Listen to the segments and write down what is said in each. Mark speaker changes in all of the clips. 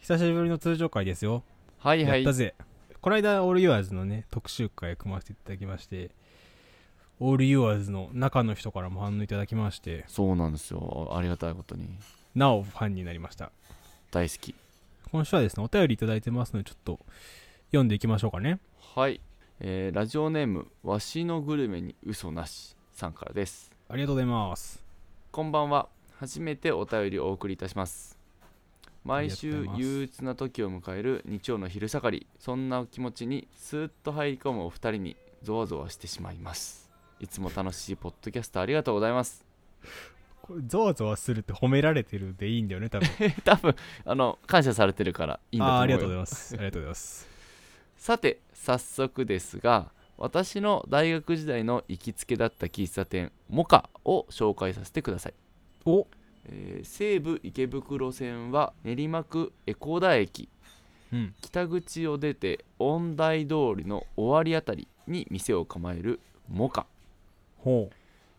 Speaker 1: 久しぶりの通常会ですよ。
Speaker 2: はいは
Speaker 1: やっ
Speaker 2: い
Speaker 1: た。ぜ。この間、オールユアーズのね、特集会組ませていただきまして、オールユアーズの中の人からも反応いただきまして、
Speaker 2: そうなんですよ。ありがたいことに。
Speaker 1: なおファンになりました。
Speaker 2: 大好き。
Speaker 1: 今週はですね、お便りいただいてますので、ちょっと読んでいきましょうかね。
Speaker 2: はい。えーラジオネーム、わしのグルメに嘘なしさんからです。
Speaker 1: ありがとうございます。
Speaker 2: こんばんは。初めてお便りをお送りいたします。毎
Speaker 1: あり
Speaker 2: 週
Speaker 1: がとうございます
Speaker 2: 憂鬱な時を迎える日曜の昼下がり、そんなお気持ちにスーッと入り込むお二人にゾワゾワしてしまいます。いつも楽しいポッドキャストありがとうございます。
Speaker 1: これゾワゾワするって褒められてるでいいんだよね、多分。
Speaker 2: 多分あの感謝されてるからいいんだと
Speaker 1: あー
Speaker 2: 思
Speaker 1: あ
Speaker 2: う
Speaker 1: り
Speaker 2: よ
Speaker 1: がとうございます。 ありがとうございます。
Speaker 2: さて早速ですが私の大学時代の行きつけだった喫茶店モカを紹介させてください、
Speaker 1: お
Speaker 2: えー西武池袋線は練馬区江古田駅
Speaker 1: うん。
Speaker 2: 北口を出て音大通りの終わりあたりに店を構えるモカ
Speaker 1: ほ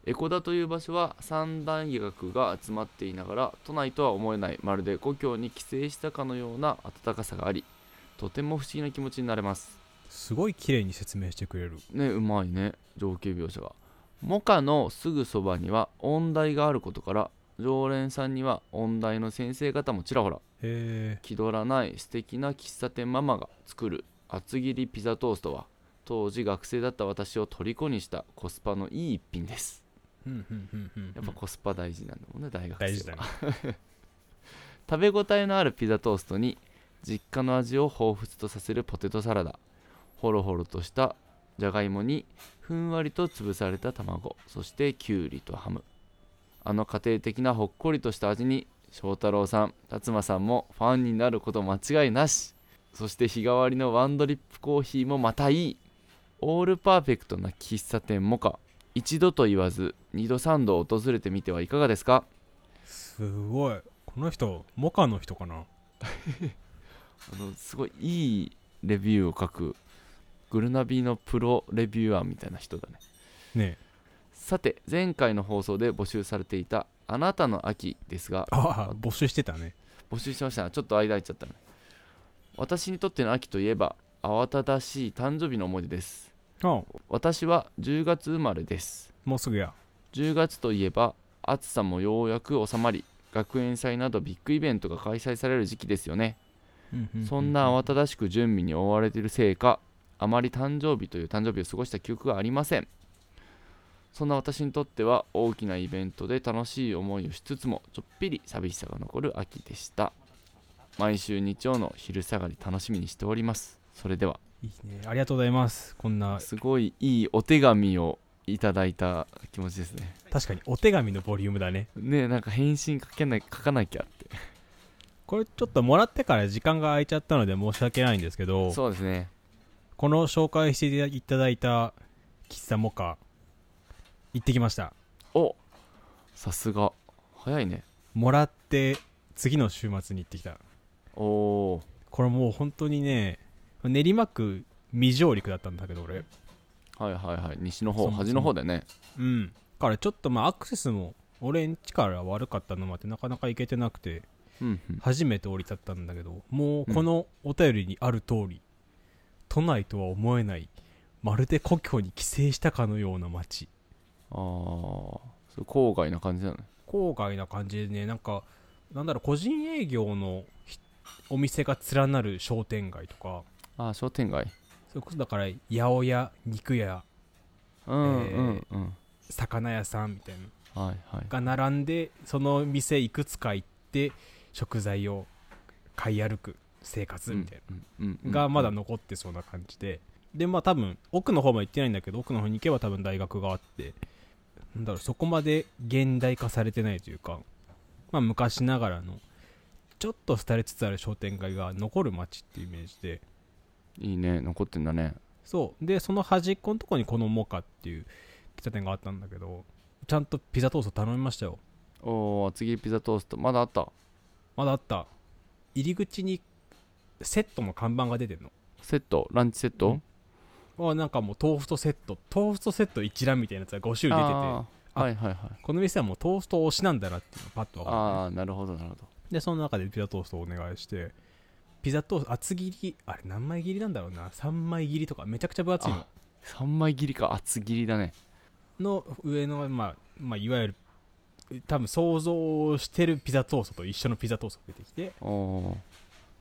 Speaker 2: 江古田という場所は三大学が集まっていながら都内とは思えないまるで故郷に帰省したかのような温かさがありとても不思議な気持ちになれます
Speaker 1: う。すごい綺麗に説明してくれる。
Speaker 2: ねうまいね情景描写がモカのすぐそばには音大があることから常連さんには音大の先生方もちらほら
Speaker 1: へえ。
Speaker 2: 気取らない素敵な喫茶店ママが作る厚切りピザトーストは当時学生だった私を虜にしたコスパのいい一品です
Speaker 1: うんうんうんうんうん。
Speaker 2: やっぱコスパ大事なんだもんね大学生は
Speaker 1: 大事だね。
Speaker 2: 食べ応えのあるピザトーストに実家の味を彷彿とさせるポテトサラダホロホロとしたじゃがいもにふんわりと潰された卵そしてきゅうりとハムあの家庭的なほっこりとした味に翔太郎さん辰馬さんもファンになること間違いなしそして日替わりのワンドリップコーヒーもまたいいオールパーフェクトな喫茶店もか一度と言わず二度三度訪れてみてはいかがですか
Speaker 1: すごい。この人、モカの人かな
Speaker 2: あのすごいいいレビューを書くグルナビのプロレビュアーみたいな人だね
Speaker 1: ねえ。
Speaker 2: さて前回の放送で募集されていた「あなたの秋」ですが
Speaker 1: ああ、募集してたね。
Speaker 2: 募集しましたがちょっと間空いちゃったね私にとっての秋といえば慌ただしい誕生日の思い出です
Speaker 1: あ
Speaker 2: 私は10月生まれです
Speaker 1: もうすぐや。
Speaker 2: 10月といえば暑さもようやく収まり学園祭などビッグイベントが開催される時期ですよねそんな慌ただしく準備に追われているせいか、あまり誕生日という誕生日を過ごした記憶がありません。そんな私にとっては大きなイベントで楽しい思いをしつつも、ちょっぴり寂しさが残る秋でした。毎週日曜の昼下がり楽しみにしております。それでは、
Speaker 1: いいね。ありがとうございます。こんな、
Speaker 2: すごいいいお手紙をいただいた気持ちですね。
Speaker 1: 確かにお手紙のボリュームだね。
Speaker 2: ねえ、なんか返信かけない書かなきゃって。
Speaker 1: これちょっともらってから時間が空いちゃったので申し訳ないんですけど、
Speaker 2: そうですね。
Speaker 1: この紹介していただいた喫茶モカ、行ってきました。
Speaker 2: おさすが。早いね。
Speaker 1: もらって、次の週末に行ってきた。
Speaker 2: おー。
Speaker 1: これもう本当にね、練馬区未上陸だったんだけど、俺。
Speaker 2: はいはいはい。西の
Speaker 1: そ
Speaker 2: 方、
Speaker 1: もそも
Speaker 2: 端の方だよね。
Speaker 1: うん。だからちょっとまあアクセスも、俺んちから悪かったのもあってなかなか行けてなくて、
Speaker 2: うんうん、
Speaker 1: 初めて降り立ったんだけどもうこのお便りにある通り、都内とは思えないまるで故郷に帰省したかのような街
Speaker 2: ああそれ郊外な感じなのね
Speaker 1: 郊外な感じでねなんかなんだろう個人営業のひお店が連なる商店街とか
Speaker 2: ああ商店街
Speaker 1: それこそだから八百屋肉屋
Speaker 2: うん
Speaker 1: えー
Speaker 2: うんうん、
Speaker 1: 魚屋さんみたいなの
Speaker 2: はいはい
Speaker 1: が並んでその店いくつか行って食材を買い歩く生活みたいな、
Speaker 2: うんうんうん
Speaker 1: がまだ残ってそうな感じで、でまあ多分奥の方まで行ってないんだけど奥の方に行けば多分大学があってなんだろうそこまで現代化されてないというかまあ昔ながらのちょっと廃れつつある商店街が残る街っていうイメージで
Speaker 2: いいね残ってんだね
Speaker 1: そうでその端っこのとこにこのモカっていう喫茶店があったんだけどちゃんとピザトースト頼みましたよ
Speaker 2: おお厚切りピザトーストまだあった
Speaker 1: まだあった入り口にセットの看板が出てんの
Speaker 2: セットランチセット、
Speaker 1: うんあなんかもう豆腐とセット豆腐とセット一覧みたいなやつが5種類出てて
Speaker 2: あーはいはいはい
Speaker 1: この店はもうトースト推しなんだなっていうのがパッと分かっ
Speaker 2: ああなるほどなるほど
Speaker 1: てでその中でピザトーストをお願いしてピザトースト厚切りあれ何枚切りなんだろうな3枚切りとかめちゃくちゃ分厚いの
Speaker 2: あ3枚切りか厚切りだね
Speaker 1: の上の、まあまあ、いわゆる多分想像してるピザトーストと一緒のピザトーストが出てきて
Speaker 2: おお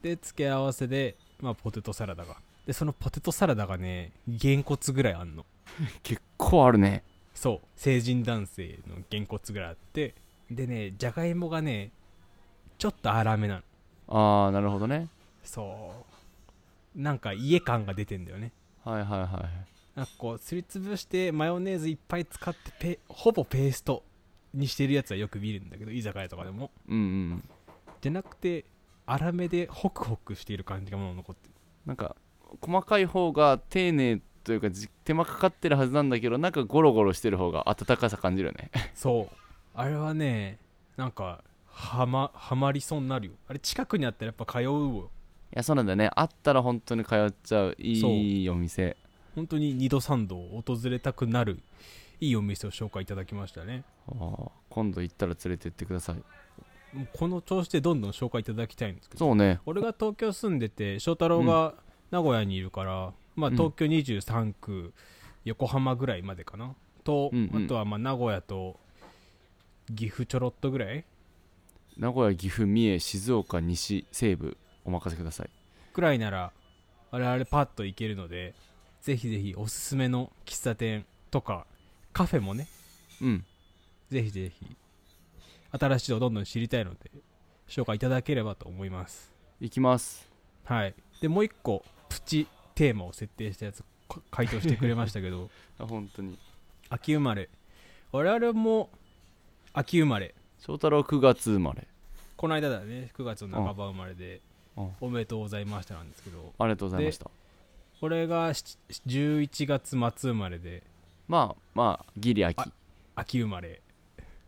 Speaker 1: で付け合わせで、まあ、ポテトサラダがでそのポテトサラダがねげんこつぐらいあんの
Speaker 2: 結構あるね
Speaker 1: そう成人男性のげんこつぐらいあってでねじゃがいもがねちょっと粗めなの
Speaker 2: ああなるほどね
Speaker 1: そうなんか家感が出てんだよね
Speaker 2: はいはいはいはい
Speaker 1: なんかこうすりつぶしてマヨネーズいっぱい使ってペほぼペーストにしてるやつはよく見るんだけど居酒屋とかでも
Speaker 2: うんうん
Speaker 1: じゃなくて粗めでホクホクしている感じがもう残ってる
Speaker 2: なんか細かい方が丁寧というかじ手間かかってるはずなんだけどなんかゴロゴロしてる方が温かさ感じるよ ね
Speaker 1: そうあれはねなんかはまはまりそうになるよあれ近くにあったらやっぱ通うよ
Speaker 2: いやそうなんだよねあったら本当に通っちゃういいお店
Speaker 1: 本当に2度3度訪れたくなるいいお店を紹介いただきましたね
Speaker 2: あー今度行ったら連れてってください
Speaker 1: もうこの調子でどんどん紹介いただきたいんですけど
Speaker 2: そうね
Speaker 1: 俺が東京住んでて翔太郎が名古屋にいるから、まあ、
Speaker 2: うん
Speaker 1: 東京23区、横浜ぐらいまでかなと、
Speaker 2: うんうん
Speaker 1: あとはまあ名古屋と岐阜ちょろっとぐらい
Speaker 2: 名古屋岐阜三重静岡西西部お任せください
Speaker 1: くらいなら我々パッと行けるのでぜひぜひおすすめの喫茶店とかカフェもね
Speaker 2: うん
Speaker 1: ぜひぜひ新しいのをどんどん知りたいので紹介いただければと思います
Speaker 2: 行きます
Speaker 1: はいでもう一個プチテーマを設定したやつこ回答してくれましたけ ど
Speaker 2: あ本当に
Speaker 1: 秋生まれ我々も秋生まれ
Speaker 2: 翔太郎9月生まれ
Speaker 1: この間だね9月の半ば生まれで
Speaker 2: うん
Speaker 1: おめでとうございましたなんですけど
Speaker 2: ありがとうございました
Speaker 1: 俺が7 11月末生まれで
Speaker 2: まあまあギリ秋
Speaker 1: あ秋生まれ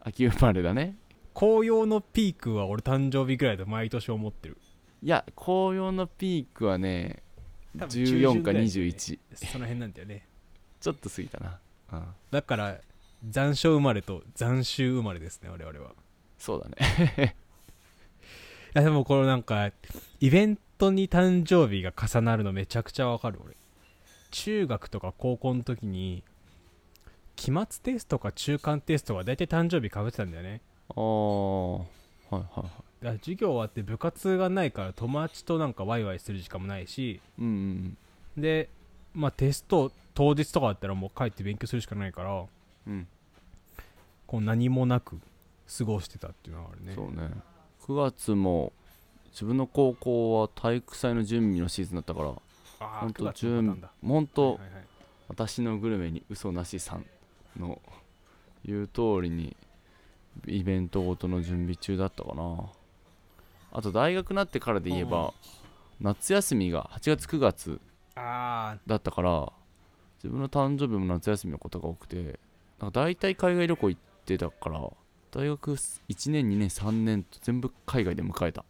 Speaker 2: 秋生まれだね
Speaker 1: 紅葉のピークは俺誕生日ぐらいだと毎年思ってる
Speaker 2: いや紅葉のピークはね
Speaker 1: 多分
Speaker 2: 14か
Speaker 1: 中旬ぐらいだよね
Speaker 2: 21、
Speaker 1: その辺なんだよね
Speaker 2: ちょっと過ぎたな、うん、
Speaker 1: だから残暑生まれと残秋生まれですね我々は
Speaker 2: そうだね
Speaker 1: いやでもこれなんかイベントに誕生日が重なるのめちゃくちゃわかる俺中学とか高校の時に期末テストか中間テストが大体誕生日かぶってたんだよね
Speaker 2: ああはいはいはい
Speaker 1: だから授業終わって部活がないから友達となんかワイワイする時間もないし
Speaker 2: うんうん
Speaker 1: でまあテスト当日とかだったらもう帰って勉強するしかないから
Speaker 2: うん、
Speaker 1: こう何もなく過ごしてたっていうのはあるね
Speaker 2: そうね9月も自分の高校は体育祭の準備のシーズンだったから
Speaker 1: ああ
Speaker 2: 本当
Speaker 1: 9月のパター
Speaker 2: 準
Speaker 1: ンだ
Speaker 2: 本
Speaker 1: は
Speaker 2: 当、
Speaker 1: いはいはい
Speaker 2: 私のグルメに嘘なしさんの言う通りにイベントごとの準備中だったかなあと大学になってからで言え
Speaker 1: うんう
Speaker 2: ば夏休みが8月9月
Speaker 1: ああ
Speaker 2: だったから自分の誕生日も夏休みのことが多くてなんか大体海外旅行行ってたから大学1年2年3年と全部海外で迎えた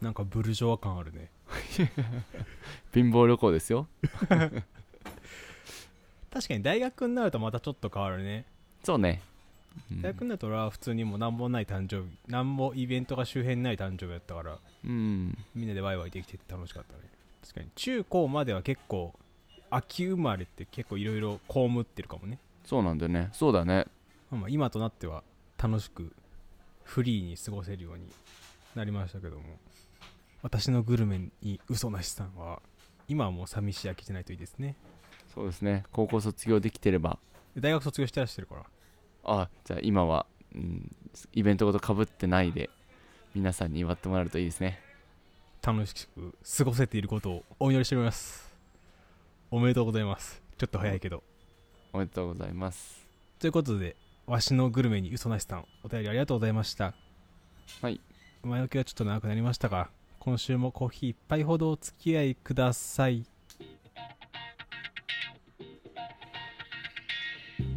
Speaker 1: なんかブルジョワ感あるね
Speaker 2: 貧乏旅行ですよ
Speaker 1: 確かに大学になるとまたちょっと変わるね、
Speaker 2: そうね、うん
Speaker 1: 大学になると俺は普通にもう何もない誕生日何もイベントが周辺にない誕生日だったから
Speaker 2: うん
Speaker 1: みんなでワイワイできてて楽しかったね確かに中高までは結構秋生まれって結構いろいろ被ってるかもね、
Speaker 2: そうなんだよねそうだね
Speaker 1: まあまあ、今となっては楽しくフリーに過ごせるようになりましたけども私のグルメに嘘なしさんは今はもう寂しい飽きてないといいですね
Speaker 2: そうですね高校卒業できてれば
Speaker 1: で大学卒業してらっしゃるから
Speaker 2: あじゃあ今は、うん、イベントごとかぶってないで皆さんに祝ってもらえるといいですね
Speaker 1: 楽しく過ごせていることをお祈りしておりますおめでとうございますちょっと早いけど
Speaker 2: おめでとうございます
Speaker 1: ということでわしのグルメに嘘なしさんお便りありがとうございました
Speaker 2: はい
Speaker 1: 前置きはちょっと長くなりましたが今週もコーヒー一杯ほどお付き合いください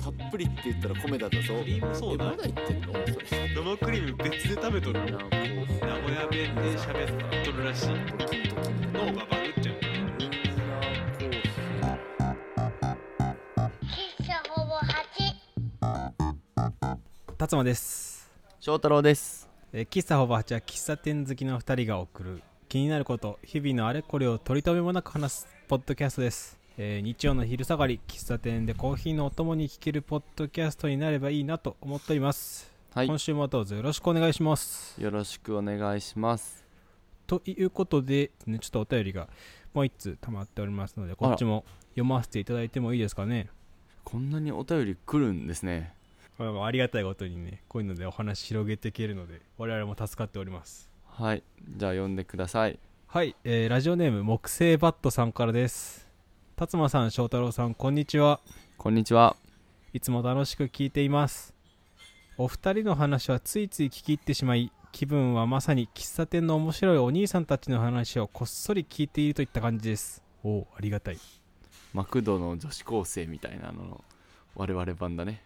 Speaker 3: たっぷりって言ったら米田だぞ。
Speaker 1: リームソーダ
Speaker 3: えまだ言ってんのそれ。
Speaker 1: 生クリーム別で食べとる
Speaker 3: なんか
Speaker 1: 名
Speaker 3: こ
Speaker 1: 古屋弁で喋っとるらしいう
Speaker 3: これ聞いとくんだ
Speaker 1: 脳がバグっちゃう
Speaker 3: ウインナーコーヒー
Speaker 4: 喫茶ほぼ8。
Speaker 1: 辰馬です
Speaker 2: 翔太郎です
Speaker 1: えー喫茶ほぼ8は喫茶店好きの2人が送る気になること日々のあれこれを取り留めもなく話すポッドキャストです、えー日曜の昼下がり喫茶店でコーヒーのお供に聞けるポッドキャストになればいいなと思っております、
Speaker 2: はい
Speaker 1: 今週もどうぞよろしくお願いします
Speaker 2: よろしくお願いします
Speaker 1: ということで、ね、ちょっとお便りがもう1通溜まっておりますのでこっちも読ませていただいてもいいですかね
Speaker 2: こんなにお便り来るんですね
Speaker 1: まあまあありがたいことにねこういうのでお話広げていけるので我々も助かっております
Speaker 2: はいじゃあ読んでください
Speaker 1: はい、えーラジオネーム木星バットさんからです辰馬さん翔太郎さんこんにちは
Speaker 2: こんにちはい
Speaker 1: つも楽しく聞いていますお二人の話はついつい聞き入ってしまい気分はまさに喫茶店の面白いお兄さんたちの話をこっそり聞いているといった感じですおおありがたい
Speaker 2: マクドの女子高生みたいなのの我々版だね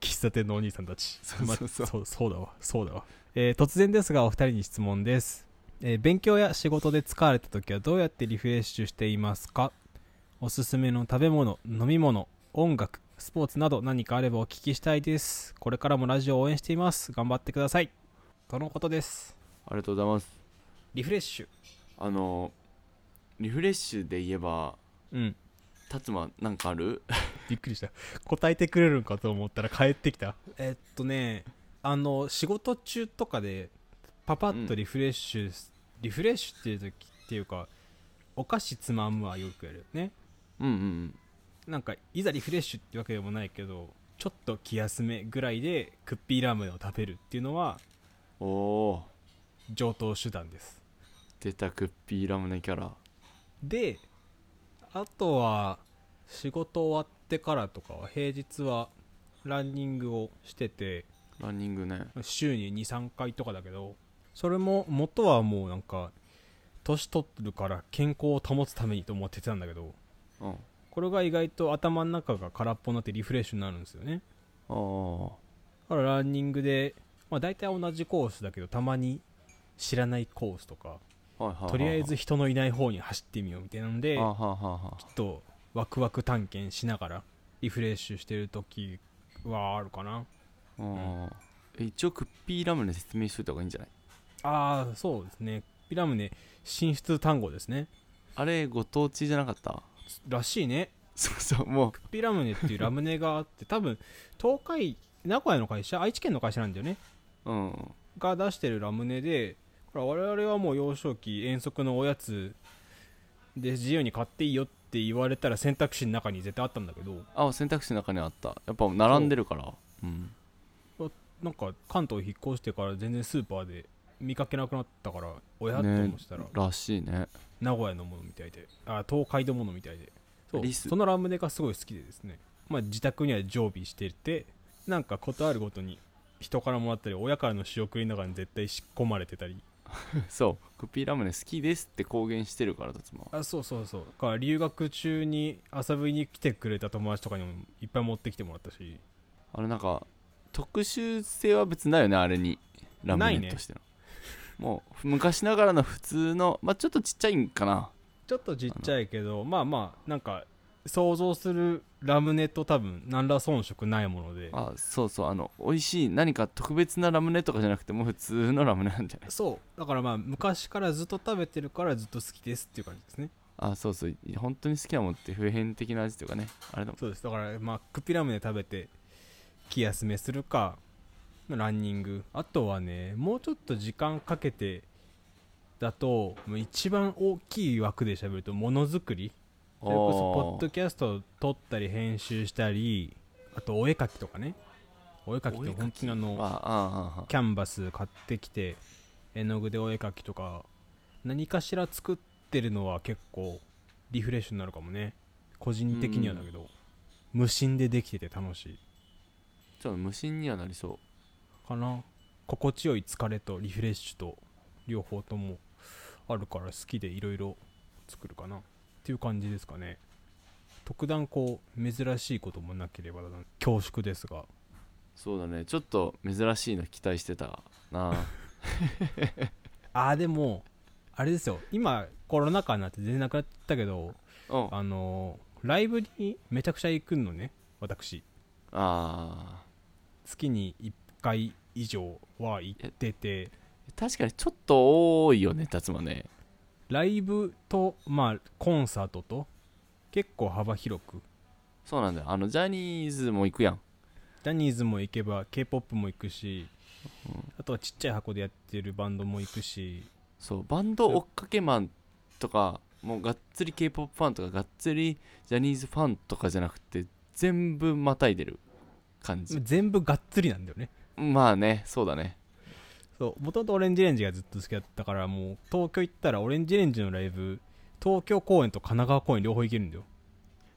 Speaker 1: 喫茶店のお兄さんたち
Speaker 2: そうそう
Speaker 1: ま
Speaker 2: そう
Speaker 1: そうそうだわそうだわ、えー突然ですがお二人に質問です、えー勉強や仕事で疲れた時はどうやってリフレッシュしていますかおすすめの食べ物飲み物音楽スポーツなど何かあればお聞きしたいですこれからもラジオを応援しています頑張ってくださいとのことです
Speaker 2: ありがとうございます
Speaker 1: リフレッシュ
Speaker 2: あのリフレッシュで言えば
Speaker 1: うん
Speaker 2: 達馬なんかある
Speaker 1: びっくりした答えてくれるんかと思ったら帰ってきたえっとねあの仕事中とかでパパッとリフレッシュ、リフレッシュっていう時っていうかお菓子つまむはよくやるよね
Speaker 2: うんうんうん
Speaker 1: なんかいざリフレッシュってわけでもないけどちょっと気休めぐらいでクッピーラムネを食べるっていうのは
Speaker 2: おお
Speaker 1: 上等手段です
Speaker 2: ー出たクッピーラムネキャラ
Speaker 1: であとは仕事終わってからとかは平日はランニングをしてて
Speaker 2: ランニングね
Speaker 1: 週に23回とかだけどそれも元はもうなんか年取るから健康を保つためにと思ってたんだけど
Speaker 2: うんあ
Speaker 1: これが意外と頭の中が空っぽになってリフレッシュになるんですよね
Speaker 2: あー
Speaker 1: だからランニングで、まあ、大体同じコースだけどたまに知らないコースとか
Speaker 2: はいはいはいはい
Speaker 1: とりあえず人のいない方に走ってみようみたいなのでち
Speaker 2: あ
Speaker 1: ょ
Speaker 2: はあはあはあ
Speaker 1: っとワクワク探検しながらリフレッシュしてる時はあるかな
Speaker 2: あーえ一応クッピーラムネ説明しといた方がいいんじゃない
Speaker 1: ああそうですねピラムネ進出単語ですね
Speaker 2: あれご当地じゃなかった
Speaker 1: らしいね
Speaker 2: そうそうも
Speaker 1: クッピラムネっていうラムネがあって多分東海名古屋の会社愛知県の会社なんだよね
Speaker 2: ううん
Speaker 1: が出してるラムネでこれ我々はもう幼少期遠足のおやつで自由に買っていいよって言われたら選択肢の中に絶対あったんだけど
Speaker 2: あ選択肢の中にあったやっぱ並んでるからうん
Speaker 1: なんか関東引っ越してから全然スーパーで見かけなくなったからおやっと
Speaker 2: ね
Speaker 1: 思ってたら、
Speaker 2: らしいね
Speaker 1: 名古屋のものみたいであ東海のものみたいでそう
Speaker 2: リス
Speaker 1: そのラムネがすごい好きでですね、まあ、自宅には常備しててなんかことあるごとに人からもらったり親からの仕送りの中に絶対仕込まれてたり
Speaker 2: そうクッピーラムネ好きですって公言してるから達馬は
Speaker 1: あそうそうそうだから留学中に遊びに来てくれた友達とかにもいっぱい持ってきてもらったし
Speaker 2: あれなんか特殊性は別にないよねあれにラムネとしての、もう昔ながらの普通のまあちょっとちっちゃいんかな
Speaker 1: ちょっとちっちゃいけどまあまあなんか想像するラムネと多分何ら遜色ないもので
Speaker 2: あそうそうあの美味しい何か特別なラムネとかじゃなくてもう普通のラムネなんじゃない
Speaker 1: そうだからまあ昔からずっと食べてるからずっと好きですっていう感じですね
Speaker 2: あそうそうい本当に好きなもんって普遍的な味というかねあれだもん
Speaker 1: そうですだからまあクピラムネ食べて気休めするかまあランニングあとはねもうちょっと時間かけてだともう一番大きい枠で喋るとものづくりそれこそポッドキャストを撮ったり編集したりあとお絵描きとかねお絵描きって本当にあ
Speaker 2: あー
Speaker 1: の
Speaker 2: あーあー
Speaker 1: キャンバス買ってきて絵の具でお絵描きとか何かしら作ってるのは結構リフレッシュになるかもね個人的にはだけど、無心でできてて楽しい
Speaker 2: ちょっと無心にはなりそう
Speaker 1: かな心地よい疲れとリフレッシュと両方ともあるから好きでいろいろ作るかなっていう感じですかね特段こう珍しいこともなければだな恐縮ですが
Speaker 2: そうだねちょっと珍しいの期待してたな
Speaker 1: ああでもあれですよ今コロナ禍になって全然なくなったけど
Speaker 2: うんあ
Speaker 1: あのーライブにめちゃくちゃ行くのね私
Speaker 2: あ
Speaker 1: 月に1回以上は行ってて
Speaker 2: ー確かにちょっと多いよね達馬ね
Speaker 1: ライブと、まあ、コンサートと結構幅広く
Speaker 2: そうなんだよあのジャニーズも行くやん
Speaker 1: ジャニーズも行けば k p o p も行くし、あとはちっちゃい箱でやってるバンドも行くし
Speaker 2: そうバンド追っかけマンとかもうがっつり k p o p ファンとかがっつりジャニーズファンとかじゃなくて全部またいでる感じ
Speaker 1: 全部がっつりなんだよね
Speaker 2: まあねそうだね
Speaker 1: そうもともとオレンジレンジがずっと好きだったからもう東京行ったらオレンジレンジのライブ東京公演と神奈川公演両方行けるんだよ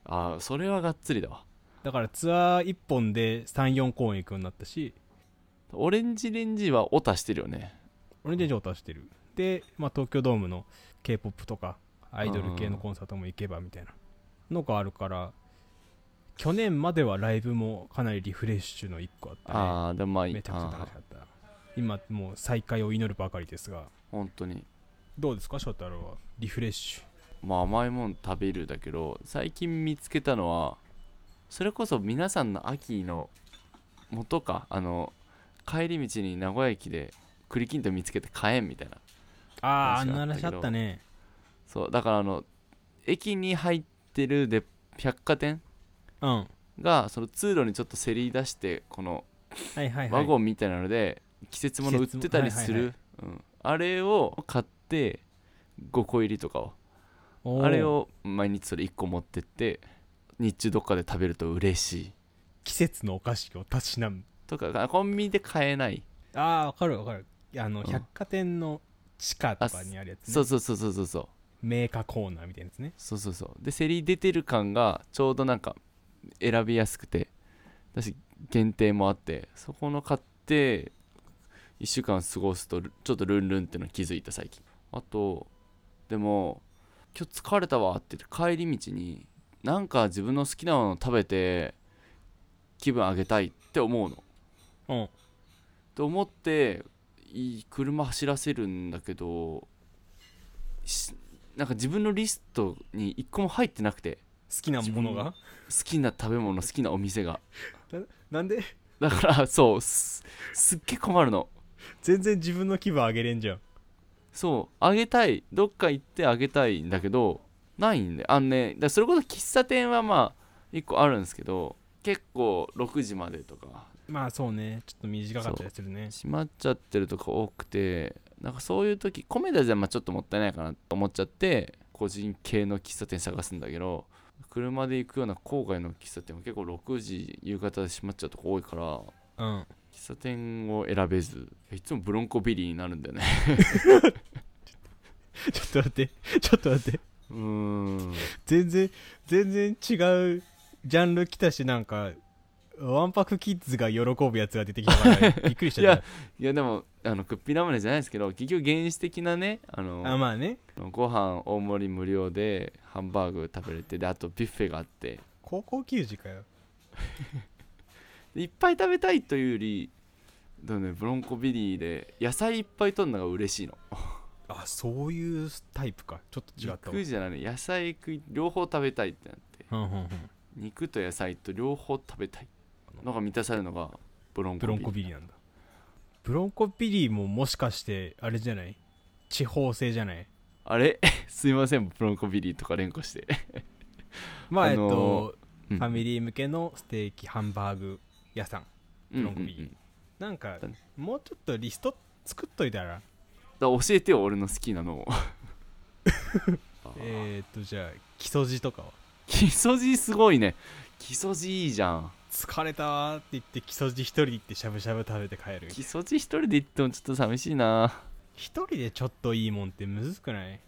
Speaker 2: ああそれはがっつりだわ
Speaker 1: だからツアー1本で34公演行くようになったし
Speaker 2: オレンジレンジはオタしてるよね
Speaker 1: オレンジレンジを足してるで、まあ、東京ドームの k p o p とかアイドル系のコンサートも行けばみたいなのがあるから去年まではライブもかなりリフレッシュの1個あったね
Speaker 2: ああでもまあいい
Speaker 1: めちゃくちゃ楽
Speaker 2: あ
Speaker 1: し
Speaker 2: ー
Speaker 1: かった今もう再開を祈るばかりですが
Speaker 2: 本当に
Speaker 1: どうですか翔太郎はリフレッシュ
Speaker 2: まあ甘いもん食べるだけど最近見つけたのはそれこそ皆さんの秋の元かあの帰り道に名古屋駅で栗きんとん見つけて買えんみたいな
Speaker 1: あああ
Speaker 2: 話
Speaker 1: ん
Speaker 2: が
Speaker 1: な
Speaker 2: あっ
Speaker 1: 話
Speaker 2: たけど
Speaker 1: あったね
Speaker 2: そうだからあの駅に入ってるで百貨店
Speaker 1: うんは
Speaker 2: がその通路にちょっとせり出してこの
Speaker 1: いはいは
Speaker 2: ワ
Speaker 1: い
Speaker 2: ゴンみたいなので季節物売ってたりするうんあれを買って5個入りとかを
Speaker 1: おー
Speaker 2: あれを毎日それ1個持ってって日中どっかで食べると嬉しい
Speaker 1: 季節のお菓子をたしなむ
Speaker 2: とかあコンビニで買えない
Speaker 1: ああわかるわかるあの、
Speaker 2: ん
Speaker 1: 百貨店の地下とかにあるやつ、ね、
Speaker 2: そうそうそうそうそうそう
Speaker 1: メーカーコーナーみたいなやつね
Speaker 2: そうそうそうで競り出てる感がちょうどなんか選びやすくてだし限定もあってそこの買って1週間過ごすとちょっとルンルンっての気づいた最近あとでも今日疲れたわって言って帰り道になんか自分の好きなものを食べて気分上げたいって思うの
Speaker 1: うん
Speaker 2: と思っていい車走らせるんだけどしなんか自分のリストに一個も入ってなくて
Speaker 1: 好きなものが
Speaker 2: 好きな食べ物好きなお店が
Speaker 1: なんで
Speaker 2: だからそうすすっげえ困るの
Speaker 1: 全然自分の気分上げれんじゃん
Speaker 2: そうあげたいどっか行ってあげたいんだけどないんであのねだからそれこそ喫茶店はまあ一個あるんですけど結構6時までとか
Speaker 1: まあそうねちょっと短かったりするね
Speaker 2: 閉まっちゃってるとか多くてなんかそういう時米田じゃまあちょっともったいないかなと思っちゃって個人系の喫茶店探すんだけど車で行くような郊外の喫茶店は結構6時夕方で閉まっちゃうとこ多いから
Speaker 1: うん
Speaker 2: 喫茶店を選べずいつもブロンコビリーになるんだよね
Speaker 1: ちょっと待って ちょっと待って
Speaker 2: うーん
Speaker 1: 全然全然違うジャンル来たしなんかワンパクキッズが喜ぶやつが出てきたから びっくりしちゃっ
Speaker 2: いやでもあのくっぴらまねじゃないですけど結局原始的なねあの
Speaker 1: たあまあね
Speaker 2: ご飯大盛り無料でハンバーグ食べれてであとビュッフェがあって
Speaker 1: 高校球児かよ
Speaker 2: でいっぱい食べたいというよりだ、ね、ブロンコビリーで野菜いっぱい取るのが嬉しいの
Speaker 1: あそういうタイプかちょっと違ったわ
Speaker 2: 肉じゃないね野菜食い両方食べたいってなって
Speaker 1: うんうんうん
Speaker 2: 肉と野菜と両方食べたいのが満たされるのがブロン
Speaker 1: ブ
Speaker 2: コビ
Speaker 1: ロ
Speaker 2: リ
Speaker 1: ン
Speaker 2: ー
Speaker 1: コビリーなんだブロンコビリーももしかしてあれじゃない地方性じゃない
Speaker 2: あれ すいませんブロンコビリーとか連呼して、
Speaker 1: まあ、
Speaker 2: あのー
Speaker 1: えっと、
Speaker 2: う ん
Speaker 1: ファミリー向けのステーキハンバーグ屋さん
Speaker 2: うんう
Speaker 1: ブロン
Speaker 2: ん
Speaker 1: コビリー
Speaker 2: うんだ
Speaker 1: なんか
Speaker 2: だね
Speaker 1: もうちょっとリスト作っといたら
Speaker 2: から教えてよ俺の好きなの を
Speaker 1: えー、っとじゃあ基礎地とかは
Speaker 2: 基礎地すごいね基礎地いいじゃん
Speaker 1: 疲れたーって言って基礎地一人で行ってしゃぶしゃぶ食べて帰る
Speaker 2: 基礎地一人で行ってもちょっと寂しいな
Speaker 1: 一人でちょっといいもんってむずくない
Speaker 2: い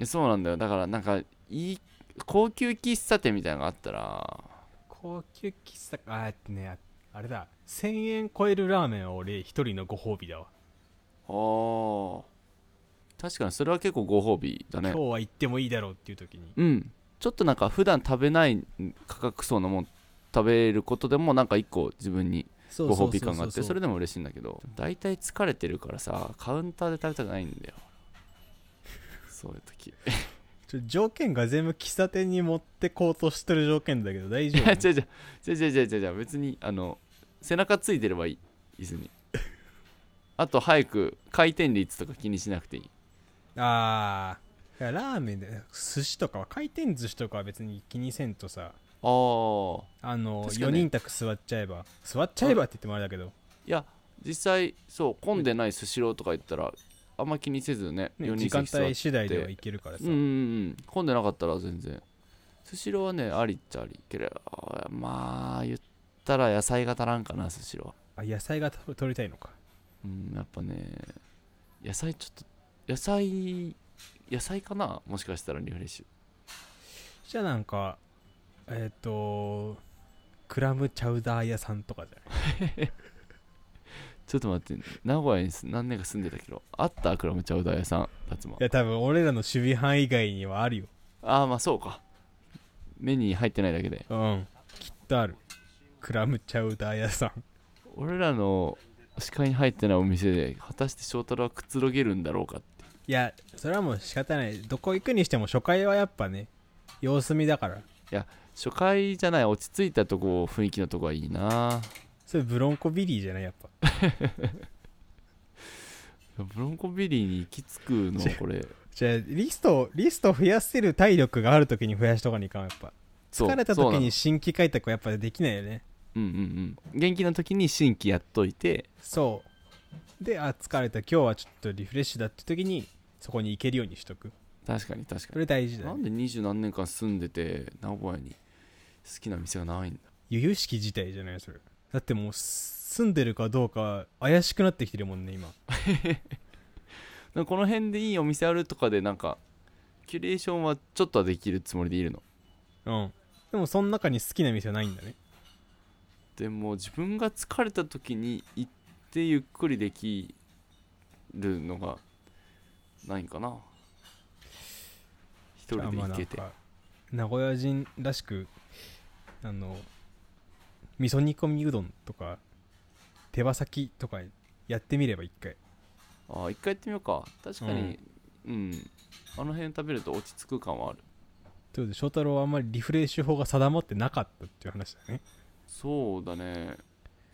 Speaker 2: やそうなんだよだからなんかいい高級喫茶店みたいなのがあったら
Speaker 1: 高級喫茶あーってねああれだ1000円超えるラーメンは俺一人のご褒美だわ、
Speaker 2: あ確かにそれは結構ご褒美だね
Speaker 1: 今日は行ってもいいだろうっていう時に
Speaker 2: うんちょっとなんか普段食べない価格層のもん食べることでもなんか一個自分に
Speaker 1: そう
Speaker 2: ご
Speaker 1: そうそ
Speaker 2: 褒
Speaker 1: う
Speaker 2: 美感があって
Speaker 1: そう
Speaker 2: それでも嬉しいんだけど大体疲れてるからさカウンターで食べたくないんだよそういう時
Speaker 1: ちょ条件が全部喫茶店に持ってこうとしてる条件だけど大
Speaker 2: い
Speaker 1: 丈
Speaker 2: や
Speaker 1: 夫
Speaker 2: 違う違う違う違う違う違う別にあの背中ついてればいい椅子にあと早く回転率とか気にしなくていい
Speaker 1: あやラーメンで寿司とかは回転寿司とかは別に気にせんとさ
Speaker 2: あー
Speaker 1: あの、
Speaker 2: 確か
Speaker 1: 4
Speaker 2: に
Speaker 1: 人宅座っちゃえば座っちゃえばって言ってもあれだけど、
Speaker 2: いや実際そう混んでないスシローとか行ったらあんま気にせずね
Speaker 1: ね
Speaker 2: 4
Speaker 1: 時
Speaker 2: 人
Speaker 1: 間
Speaker 2: 席座って
Speaker 1: 帯次第ではいけるからさ、
Speaker 2: うんうんうん混んでなかったら全然スシローはねありっちゃありけどあーまあ言ったら野菜が足らんかなスシロー
Speaker 1: あ
Speaker 2: は
Speaker 1: 野菜がと取りたいのか
Speaker 2: うんやっぱね野菜ちょっと野菜野菜かなもしかしたらリフレッシ
Speaker 1: じゃあなんかえっ、とクラムチャウダー屋さんとかじゃない
Speaker 2: ュちょっと待って名古屋にす何年か住んでたけどあったクラムチャウダー屋さん達馬
Speaker 1: いや多分俺らの守備範囲以外にはあるよ
Speaker 2: ああまあそうか目に入ってないだけで
Speaker 1: うんきっとあるクラムチャウダー屋さん
Speaker 2: 俺らの視界に入ってないお店で果たして翔太郎はくつろげるんだろうかって
Speaker 1: いやそれはもう仕方ないどこ行くにしても初回はやっぱね様子見だから
Speaker 2: 初回じゃない落ち着いたとこ雰囲気のとこはいいな
Speaker 1: それブロンコビリーじゃないやっぱ
Speaker 2: ブロンコビリーに行き着くの
Speaker 1: 違う
Speaker 2: これ
Speaker 1: じゃあリストをリストを増やせる体力がある時に増やしとかにいかんやっぱ
Speaker 2: そう
Speaker 1: 疲れた
Speaker 2: そう
Speaker 1: 時
Speaker 2: なの
Speaker 1: に新規開拓はやっぱできないよね
Speaker 2: うんうんうん元気な時に新規やっといて
Speaker 1: そうであ疲れた今日はちょっとリフレッシュだって時にそこに行けるようにしとく
Speaker 2: 確かに確か
Speaker 1: それ大事
Speaker 2: に
Speaker 1: だ
Speaker 2: な
Speaker 1: よ
Speaker 2: ん
Speaker 1: ね
Speaker 2: で二十何年間住んでて名古屋に好きな店がないんだ
Speaker 1: 由々しき事態じゃないそれだってもう住んでるかどうか怪しくなってきてるもんね今
Speaker 2: なんかこの辺でいいお店あるとかでなんかキュレーションはちょっとはできるつもりでいるの
Speaker 1: うんでもその中に好きな店はないんだね
Speaker 2: でも自分が疲れた時に行ってゆっくりできるのがないんかな一人で行けて
Speaker 1: あまあなんか名古屋人らしくあの味噌煮込みうどんとか手羽先とかやってみれば一回
Speaker 2: ああ一回やってみようか確かにうん、あの辺食べると落ち着く感はある
Speaker 1: ということで翔太郎はあんまりリフレッシュ法が定まってなかったっていう話だね
Speaker 2: そうだね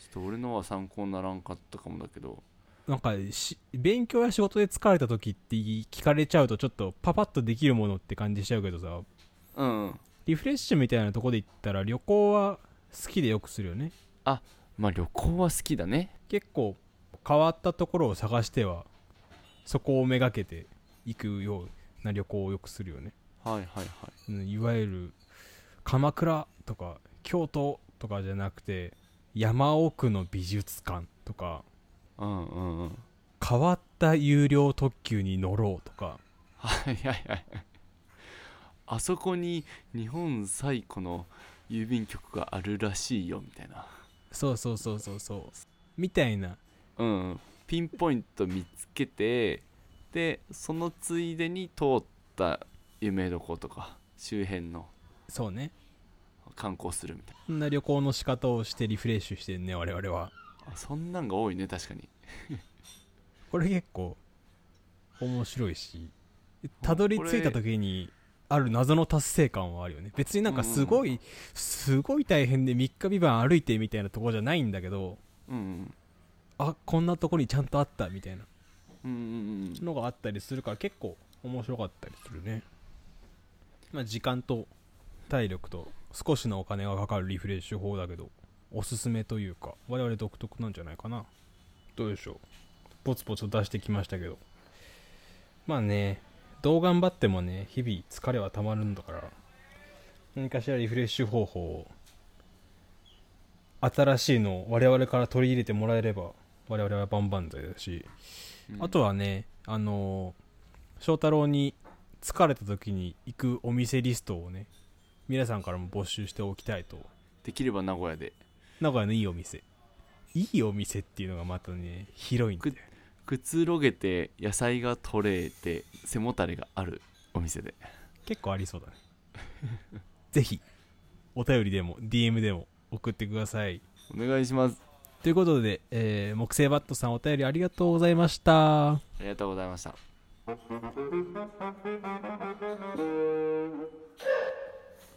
Speaker 2: ちょっと俺のは参考にならんかったかもだけど
Speaker 1: なんかし勉強や仕事で疲れた時って聞かれちゃうとちょっとパパッとできるものって感じしちゃうけどさ
Speaker 2: うん、うん、
Speaker 1: リフレッシュみたいなとこで言ったら旅行は好きでよくするよね
Speaker 2: まあ旅行は好きだね
Speaker 1: 結構変わったところを探してはそこをめがけて行くような旅行をよくするよね、
Speaker 2: はいはいはい
Speaker 1: うんいわゆる鎌倉とか京都とかじゃなくて山奥の美術館とか
Speaker 2: うんうんうん
Speaker 1: 変わった有料特急に乗ろうとか
Speaker 2: はいはいはい あそこに日本最古の郵便局があるらしいよみたいな
Speaker 1: そうそうそうそうそうみたいな
Speaker 2: うんうんピンポイント見つけてでそのついでに通った有名どことか周辺の
Speaker 1: そうね
Speaker 2: 観光するみたい
Speaker 1: そんな旅行の仕方をしてリフレッシュしてんね我々は
Speaker 2: なあそんなんが多いね確かに
Speaker 1: これ結構面白いしたどり着いた時にある謎の達成感はあるよね別になんかすごい、すごい大変で3日三晩歩いてみたいなとこじゃないんだけど
Speaker 2: うんうん
Speaker 1: あこんなとこにちゃんとあったみたいな
Speaker 2: うんうんうん
Speaker 1: のがあったりするから結構面白かったりするねまあ時間と体力と少しのお金がかかるリフレッシュ法だけどおすすめというか我々独特なんじゃないかなどうでしょうポツポツ出してきましたけどまあねどう頑張ってもね日々疲れはたまるんだから何かしらリフレッシュ方法を新しいのを我々から取り入れてもらえれば我々は万々歳だし
Speaker 2: うん
Speaker 1: あとはね、あのー翔太郎に疲れた時に行くお店リストをね、皆さんからも募集しておきたいと。
Speaker 2: できれば名古屋で
Speaker 1: 名古屋のいいお店。いいお店っていうのがまたね、広いんで
Speaker 2: く。くつろげて野菜が取れて背もたれがあるお店で
Speaker 1: 結構ありそうだね。 ぜひ、お便りでも DM でも送ってください。
Speaker 2: お願いします
Speaker 1: ということで、えー木星バットさんお便りありがとうございました。
Speaker 2: ありがとうございました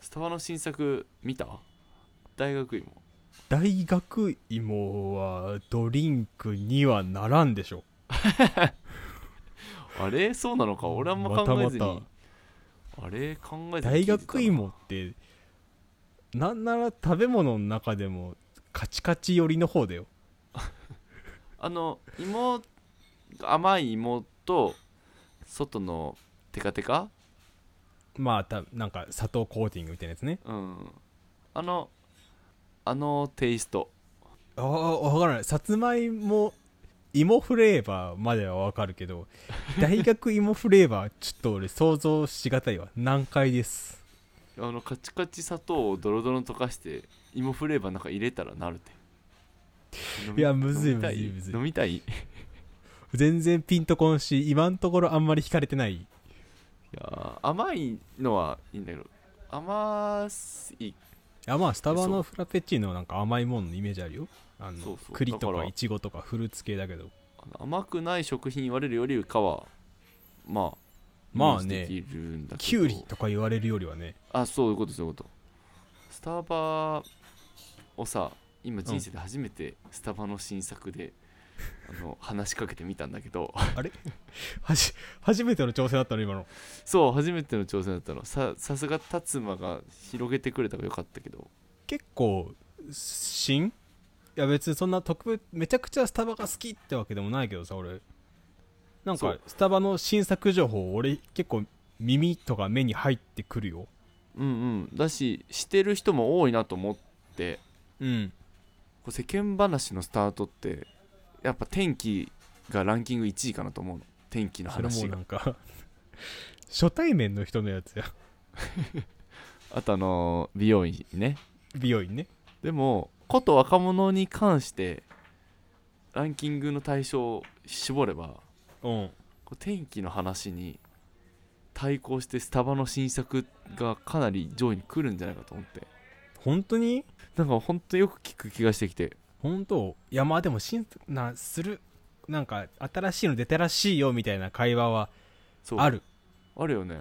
Speaker 2: スタバの新作見た大学芋
Speaker 1: 大学芋はドリンクにはならんでしょ。
Speaker 2: あれそうなのか俺あんま考えず
Speaker 1: またま
Speaker 2: に
Speaker 1: た
Speaker 2: あれ考えて
Speaker 1: 大学芋ってなんなら食べ物の中でもカチカチ寄りの方だよ
Speaker 2: あの芋甘い芋と外のテカテカ
Speaker 1: まあたなんか砂糖コーティングみたいなやつね
Speaker 2: うんあのあのテイスト
Speaker 1: ああ分からないさつまいも芋フレーバーまでは分かるけ ど大学芋フレーバーちょっと俺想像しがたいわ難解です
Speaker 2: あのカチカチ砂糖をドロドロに溶かして芋フレーバーなんか入れたらなるって飲み
Speaker 1: いやむずい
Speaker 2: 飲みた
Speaker 1: むずいむずい
Speaker 2: 飲みたいい
Speaker 1: 全然ピンとこんし今のところあんまり惹かれてない
Speaker 2: やー甘いのはいいんだけど甘い
Speaker 1: いやまあスタバのフラペチーノはなんか甘いもんのイメージあるよあの
Speaker 2: そうそう
Speaker 1: 栗と
Speaker 2: だか
Speaker 1: からいちごとかフルーツ系だけど
Speaker 2: 甘くない食品言われるよりかはまあ
Speaker 1: まあね
Speaker 2: ニュースできるんだけど
Speaker 1: キュウリとか言われるよりはね
Speaker 2: あそういうことそういうことスタバをさ今人生で初めてスタバの新作で、あの話しかけてみたんだけど
Speaker 1: はじ初めての挑戦だったの今の
Speaker 2: そう初めての挑戦だったのささすが達馬が広げてくれたからよかったけど
Speaker 1: 結構新いや別にそんな特別めちゃくちゃスタバが好きってわけでもないけどさ俺なん
Speaker 2: そ
Speaker 1: か
Speaker 2: う
Speaker 1: スタバの新作情報俺結構耳とか目に入ってくるよ
Speaker 2: うんうんだししてる人も多いなと思って
Speaker 1: うん
Speaker 2: こう世間話のスタートってやっぱ天気がランキング1位かなと思うの天気の
Speaker 1: それも
Speaker 2: 話
Speaker 1: う
Speaker 2: が
Speaker 1: なんか初対面の人のやつや
Speaker 2: あとあのー美容院ね
Speaker 1: 美容院ね
Speaker 2: でもこと若者に関してランキングの対象を絞れば
Speaker 1: うん
Speaker 2: こう天気の話に対抗してスタバの新作がかなり上位に来るんじゃないかと思って
Speaker 1: 本当に
Speaker 2: なんかほんとよく聞く気がしてきて
Speaker 1: 本当いやまあでも新なするなんか新しいの出たらしいよみたいな会話は
Speaker 2: そう
Speaker 1: ある
Speaker 2: あるよね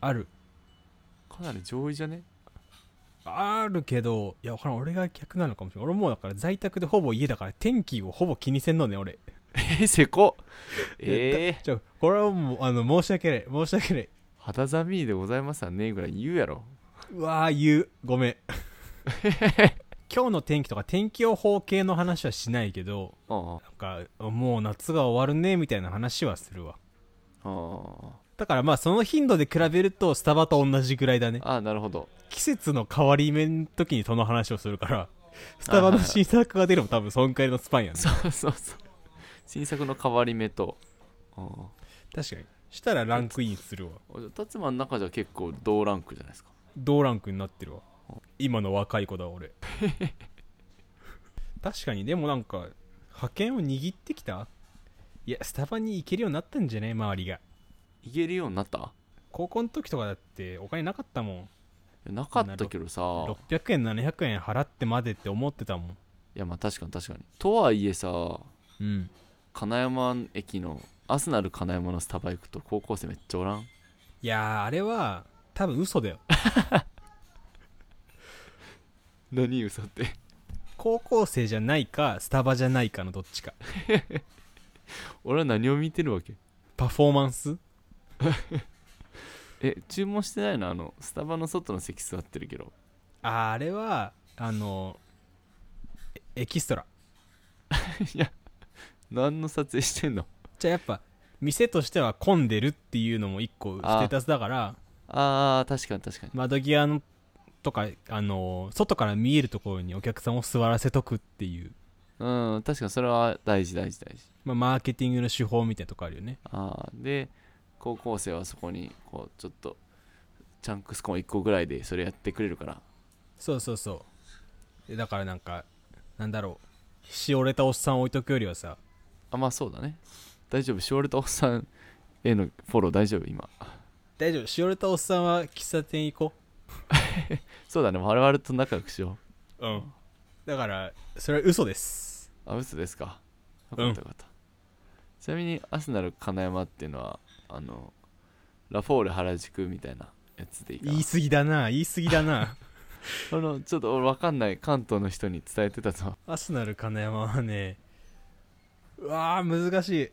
Speaker 1: ある
Speaker 2: かなり上位じゃね
Speaker 1: あるけどいやわからん俺が逆なのかもしれない俺もうだから在宅でほぼ家だから天気をほぼ気にせんのね俺
Speaker 2: えー、せこっ
Speaker 1: いや
Speaker 2: え
Speaker 1: たじゃあこれはもうあの申し訳ない申し訳ない
Speaker 2: ー、肌寒いでございますわねぐらい言うやろ
Speaker 1: うわー言うごめん 今日の天気とか天気予報系の話はしないけど
Speaker 2: あ
Speaker 1: なんかもう夏が終わるねみたいな話はするわ
Speaker 2: ああ
Speaker 1: だからまあその頻度で比べるとスタバと同じぐらいだね
Speaker 2: あああなるほど
Speaker 1: 季節の変わり目の時にその話をするからスタバの新作が出るも多分そんくらいのスパンやね
Speaker 2: そうそうそう新作の変わり目とああ
Speaker 1: 確かにしたらランクインするわ
Speaker 2: あじゃあ達馬の中じゃ結構同ランクじゃないですか
Speaker 1: 同ランクになってるわ今の若い子だ 俺確かにでもなんか派遣を握ってきたいやスタバに行けるようになったんじゃね周りが
Speaker 2: いけるようになったい
Speaker 1: 高校の時とかだってお金なかったも
Speaker 2: やなかったけどさ
Speaker 1: ん600円700円払ってまでって思ってたもん
Speaker 2: いやまあ確かに確かにとはいえさ
Speaker 1: うん
Speaker 2: 金山駅のアスナル金山のスタバ行くと高校生めっちゃおらん
Speaker 1: いやーあれは多分嘘だよ
Speaker 2: 何嘘って
Speaker 1: 高校生じゃないかスタバじゃないかのどっちか
Speaker 2: 俺は何を見てるわけ
Speaker 1: パフォーマンス
Speaker 2: え注文してないのあのスタバの外の席座ってるけど
Speaker 1: ああれはあのエエキストラ
Speaker 2: 何の撮影してんの
Speaker 1: じゃあやっぱ店としては混んでるっていうのも一個ステ
Speaker 2: あー
Speaker 1: ータスだから
Speaker 2: あー確かに確かに
Speaker 1: 窓際のとかあの外から見えるところにお客さんを座らせとくっていう、
Speaker 2: うん確かにそれは大事大事大事
Speaker 1: まあ、マーケティングの手法みたいなとこあるよね
Speaker 2: あーで高校生はそこにこうちょっとチャンクスコーン1個ぐらいでそれやってくれるから
Speaker 1: そうそうそうでだからなんかなんだろうしおれたおっさん置いとくよりはさ
Speaker 2: あまあそうだね大丈夫しおれたおっさんへのフォロー大丈夫今
Speaker 1: 大丈夫しおれたおっさんは喫茶店行こう
Speaker 2: そうだね我々と仲良くしよ
Speaker 1: うんだからそれは嘘です
Speaker 2: うあ嘘ですかよ
Speaker 1: うん
Speaker 2: かったよかった、ちなみにアスナル金山っていうのはあのラフォーレ原宿みたいなやつでいいか
Speaker 1: 言い過ぎだな言い過ぎだな
Speaker 2: なあのちょっと俺分かんない関東の人に伝えてたぞ
Speaker 1: アスナル金山はねうわー難しいう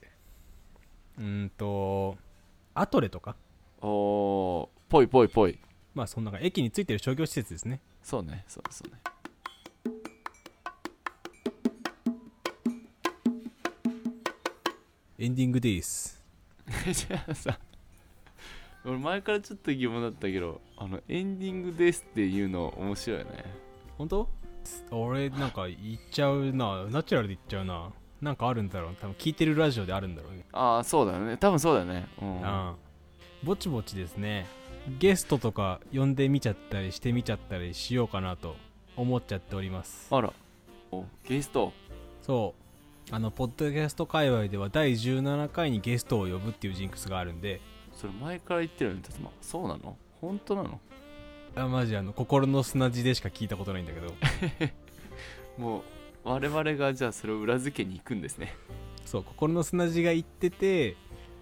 Speaker 1: ーんとアトレとか
Speaker 2: おーぽいぽいぽい
Speaker 1: まあそんな感じ駅についてる商業施設ですね
Speaker 2: そうねそうそうね
Speaker 1: エンディングです
Speaker 2: じゃあさ俺前からちょっと疑問だったけどあのエンディングですっていうの面白いね
Speaker 1: 本当俺なんか言っちゃうなナチュラルで言っちゃうななんかあるんだろう多分聞いてるラジオであるんだろうね
Speaker 2: ああそうだよね多分そうだよねうん
Speaker 1: うんぼちぼちですねゲストとか呼んでみちゃったりしてみちゃったりしようかなと思っちゃっております
Speaker 2: あらおゲスト
Speaker 1: そうあのポッドキャスト界隈では第17回にゲストを呼ぶっていうジンクスがあるんで
Speaker 2: それ前から言ってるよね辰馬そうなの本当なの
Speaker 1: あマジあの心の砂地でしか聞いたことないんだけど
Speaker 2: もう我々がじゃあそれを裏付けに行くんですね
Speaker 1: そう心の砂地が言ってて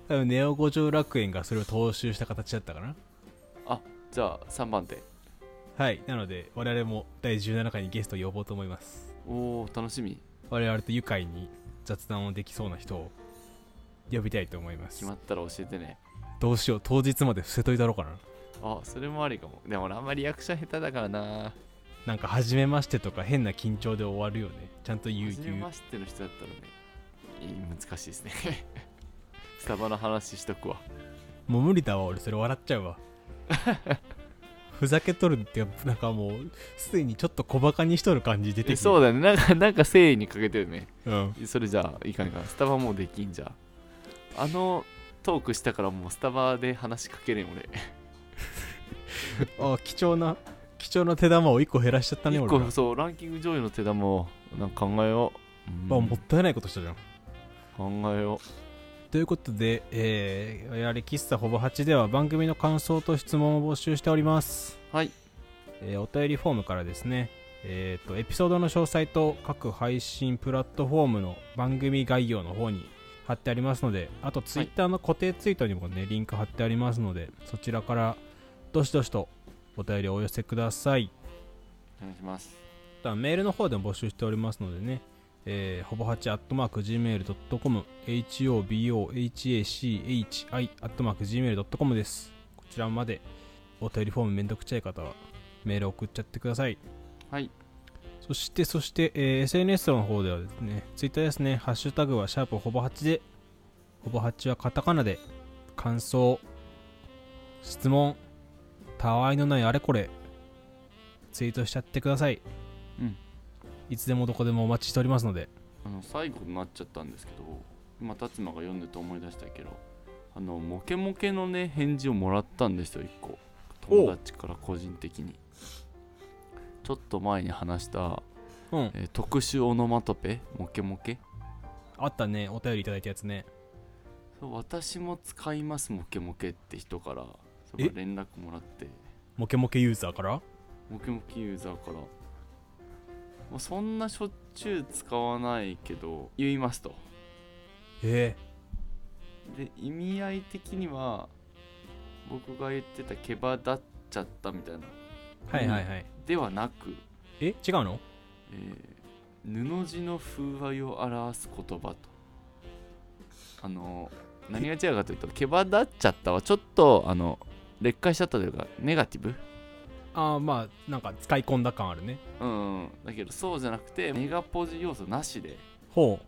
Speaker 1: 多分ネオ五条楽園がそれを踏襲した形だったかな
Speaker 2: じゃあ3番手
Speaker 1: はいなので我々も第17回にゲストを呼ぼうと思います
Speaker 2: おお楽しみ
Speaker 1: 我々と愉快に雑談をできそうな人を呼びたいと思いま
Speaker 2: 決
Speaker 1: す
Speaker 2: まったら教えてね
Speaker 1: どうしよう当日まで伏せといたろうかな
Speaker 2: あそれもありかもでも俺あんまり役者下手だからな
Speaker 1: なんか初めましてとか変な緊張で終わるよねちゃんと言う
Speaker 2: 初め
Speaker 1: 言う
Speaker 2: ましての人だったらねいい難しいですね スタバの話しとくわ
Speaker 1: もう無理だわ俺それ笑っちゃ うわふざけとるってなんかもうすでにちょっと小バカにしとる感じ出て
Speaker 2: え
Speaker 1: きて
Speaker 2: そう
Speaker 1: だ、
Speaker 2: だねなんかなんか誠意に欠けてるね
Speaker 1: うん、
Speaker 2: それじゃあいかんいかんスタバもうできんじゃあのトークしたからもうスタバで話しかけれん俺
Speaker 1: あ貴重な貴重な手玉を1個減らしちゃったね
Speaker 2: 一
Speaker 1: 俺ら
Speaker 2: 個そうランキング上位の手玉をなんか考えよう、
Speaker 1: あ
Speaker 2: うん
Speaker 1: もったいないことしたじゃん
Speaker 2: 考えよ
Speaker 1: ということで、えー、我々喫茶ほぼ8では番組の感想と質問を募集しております。
Speaker 2: うはい
Speaker 1: えーお便りフォームからですね、えーと、エピソードの詳細と各配信プラットフォームの番組概要の方に貼ってありますので、あとツイッターの固定ツイートにもね、リンク貼ってありますので、そちらからどしどしとお便りをお寄せください。
Speaker 2: お願いします
Speaker 1: またメールの方でも募集しておりますのでね、えーほぼ8アットマーク Gmail.com、hobohachi アットマーク Gmail.com です。こちらまでお便りフォームめんどくちゃい方はメール送っちゃってください。
Speaker 2: はい
Speaker 1: そして、そして、えー SNS の方ではですね、Twitter ですね、ハッシュタグはシャープほぼ8で、ほぼ8はカタカナで、感想、質問、たわいのないあれこれ、ツイートしちゃってください。
Speaker 2: うん
Speaker 1: いつでもどこでもお待ちしておりますので、
Speaker 2: あの最後になっちゃったんですけど今達馬が読んでて思い出したけどあのモケモケのね返事をもらったんですよ1個友達から個人的にちょっと前に話した、
Speaker 1: うん、
Speaker 2: えー特殊オノマトペモケモケ
Speaker 1: あったね、お便りいただいたやつね。
Speaker 2: そう私も使いますモケモケって人からそ
Speaker 1: え
Speaker 2: う連絡もらって
Speaker 1: モケモケユーザーから
Speaker 2: モケモケユーザーから、まあ、そんなしょっちゅう使わないけど言いますと
Speaker 1: え
Speaker 2: で意味合い的には僕が言ってた毛羽立っちゃったみたいな
Speaker 1: ー、はいはいはい。
Speaker 2: ではなく、
Speaker 1: え違うの
Speaker 2: えー布地の風合いを表す言葉とあの何が違うかというと毛羽立っちゃったはちょっとあの劣化しちゃったというかネガティブ
Speaker 1: ああ、まあ、なんか使い込んだ感あるね。
Speaker 2: うんだけどそうじゃなくてネガポジ要素なしで
Speaker 1: ほう。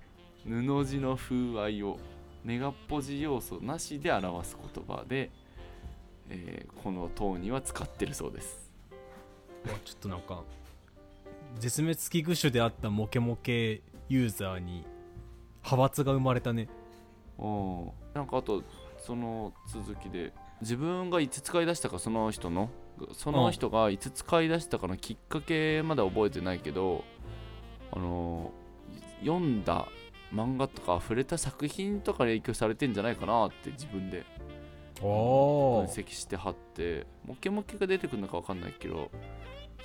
Speaker 2: 布地の風合いをネガポジ要素なしで表す言葉で、えーこの塔には使ってるそうです
Speaker 1: うわちょっとなんか絶滅危惧種であったモケモケユーザーに派閥が生まれたね
Speaker 2: おーなんかあとその続きで自分がいつ使い出したかその人のその人がいつ使い出したかのきっかけまだ覚えてないけどあのー読んだ漫画とか触れた作品とかに影響されてんじゃないかなって自分で分析してはってモケモケが出てくるのかわかんないけど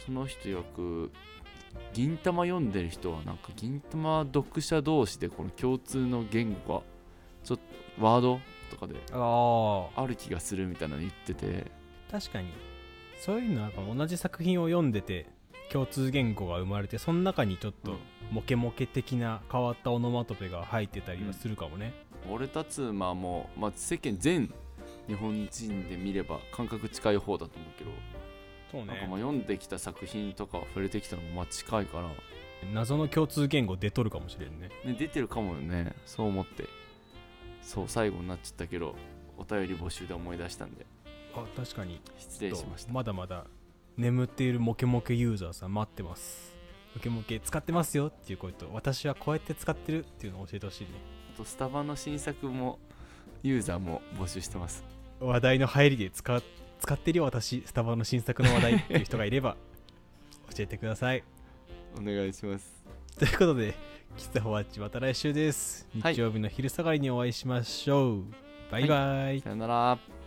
Speaker 2: その人曰く銀玉読んでる人はなんか銀玉読者同士でこの共通の言語がちょっとワードとかで
Speaker 1: あ
Speaker 2: ある気がするみたいなの言ってて
Speaker 1: あ確かにそういうのなんか同じ作品を読んでて共通言語が生まれてその中にちょっと
Speaker 2: うん
Speaker 1: モケモケ的な変わったオノマトペが入ってたりはするかもね、
Speaker 2: 俺たちまあもう、まあ、世間全日本人で見れば感覚近い方だと思うけど、
Speaker 1: そう
Speaker 2: なんかま
Speaker 1: ね
Speaker 2: あ読んできた作品とか触れてきたのもまあ近いから、
Speaker 1: 謎の共通言語出とるかもしれんね
Speaker 2: ね、出てるかもよねそう思ってそう最後になっちゃったけどお便り募集で思い出したんで
Speaker 1: あ確かに
Speaker 2: 失礼しました
Speaker 1: まだまだ眠っているモケモケユーザーさん待ってますモケモケ使ってますよっていう声と私はこうやって使ってるっていうのを教えてほしいね
Speaker 2: あとスタバの新作もユーザーも募集してます
Speaker 1: 話題の入りで使っ使ってるよ私スタバの新作の話題っていう人がいれば教えてください
Speaker 2: お願いします
Speaker 1: ということでキスホワッチまた来週です
Speaker 2: はい
Speaker 1: 日曜日の昼下がりにお会いしましょう、バイバイ、
Speaker 2: さよなら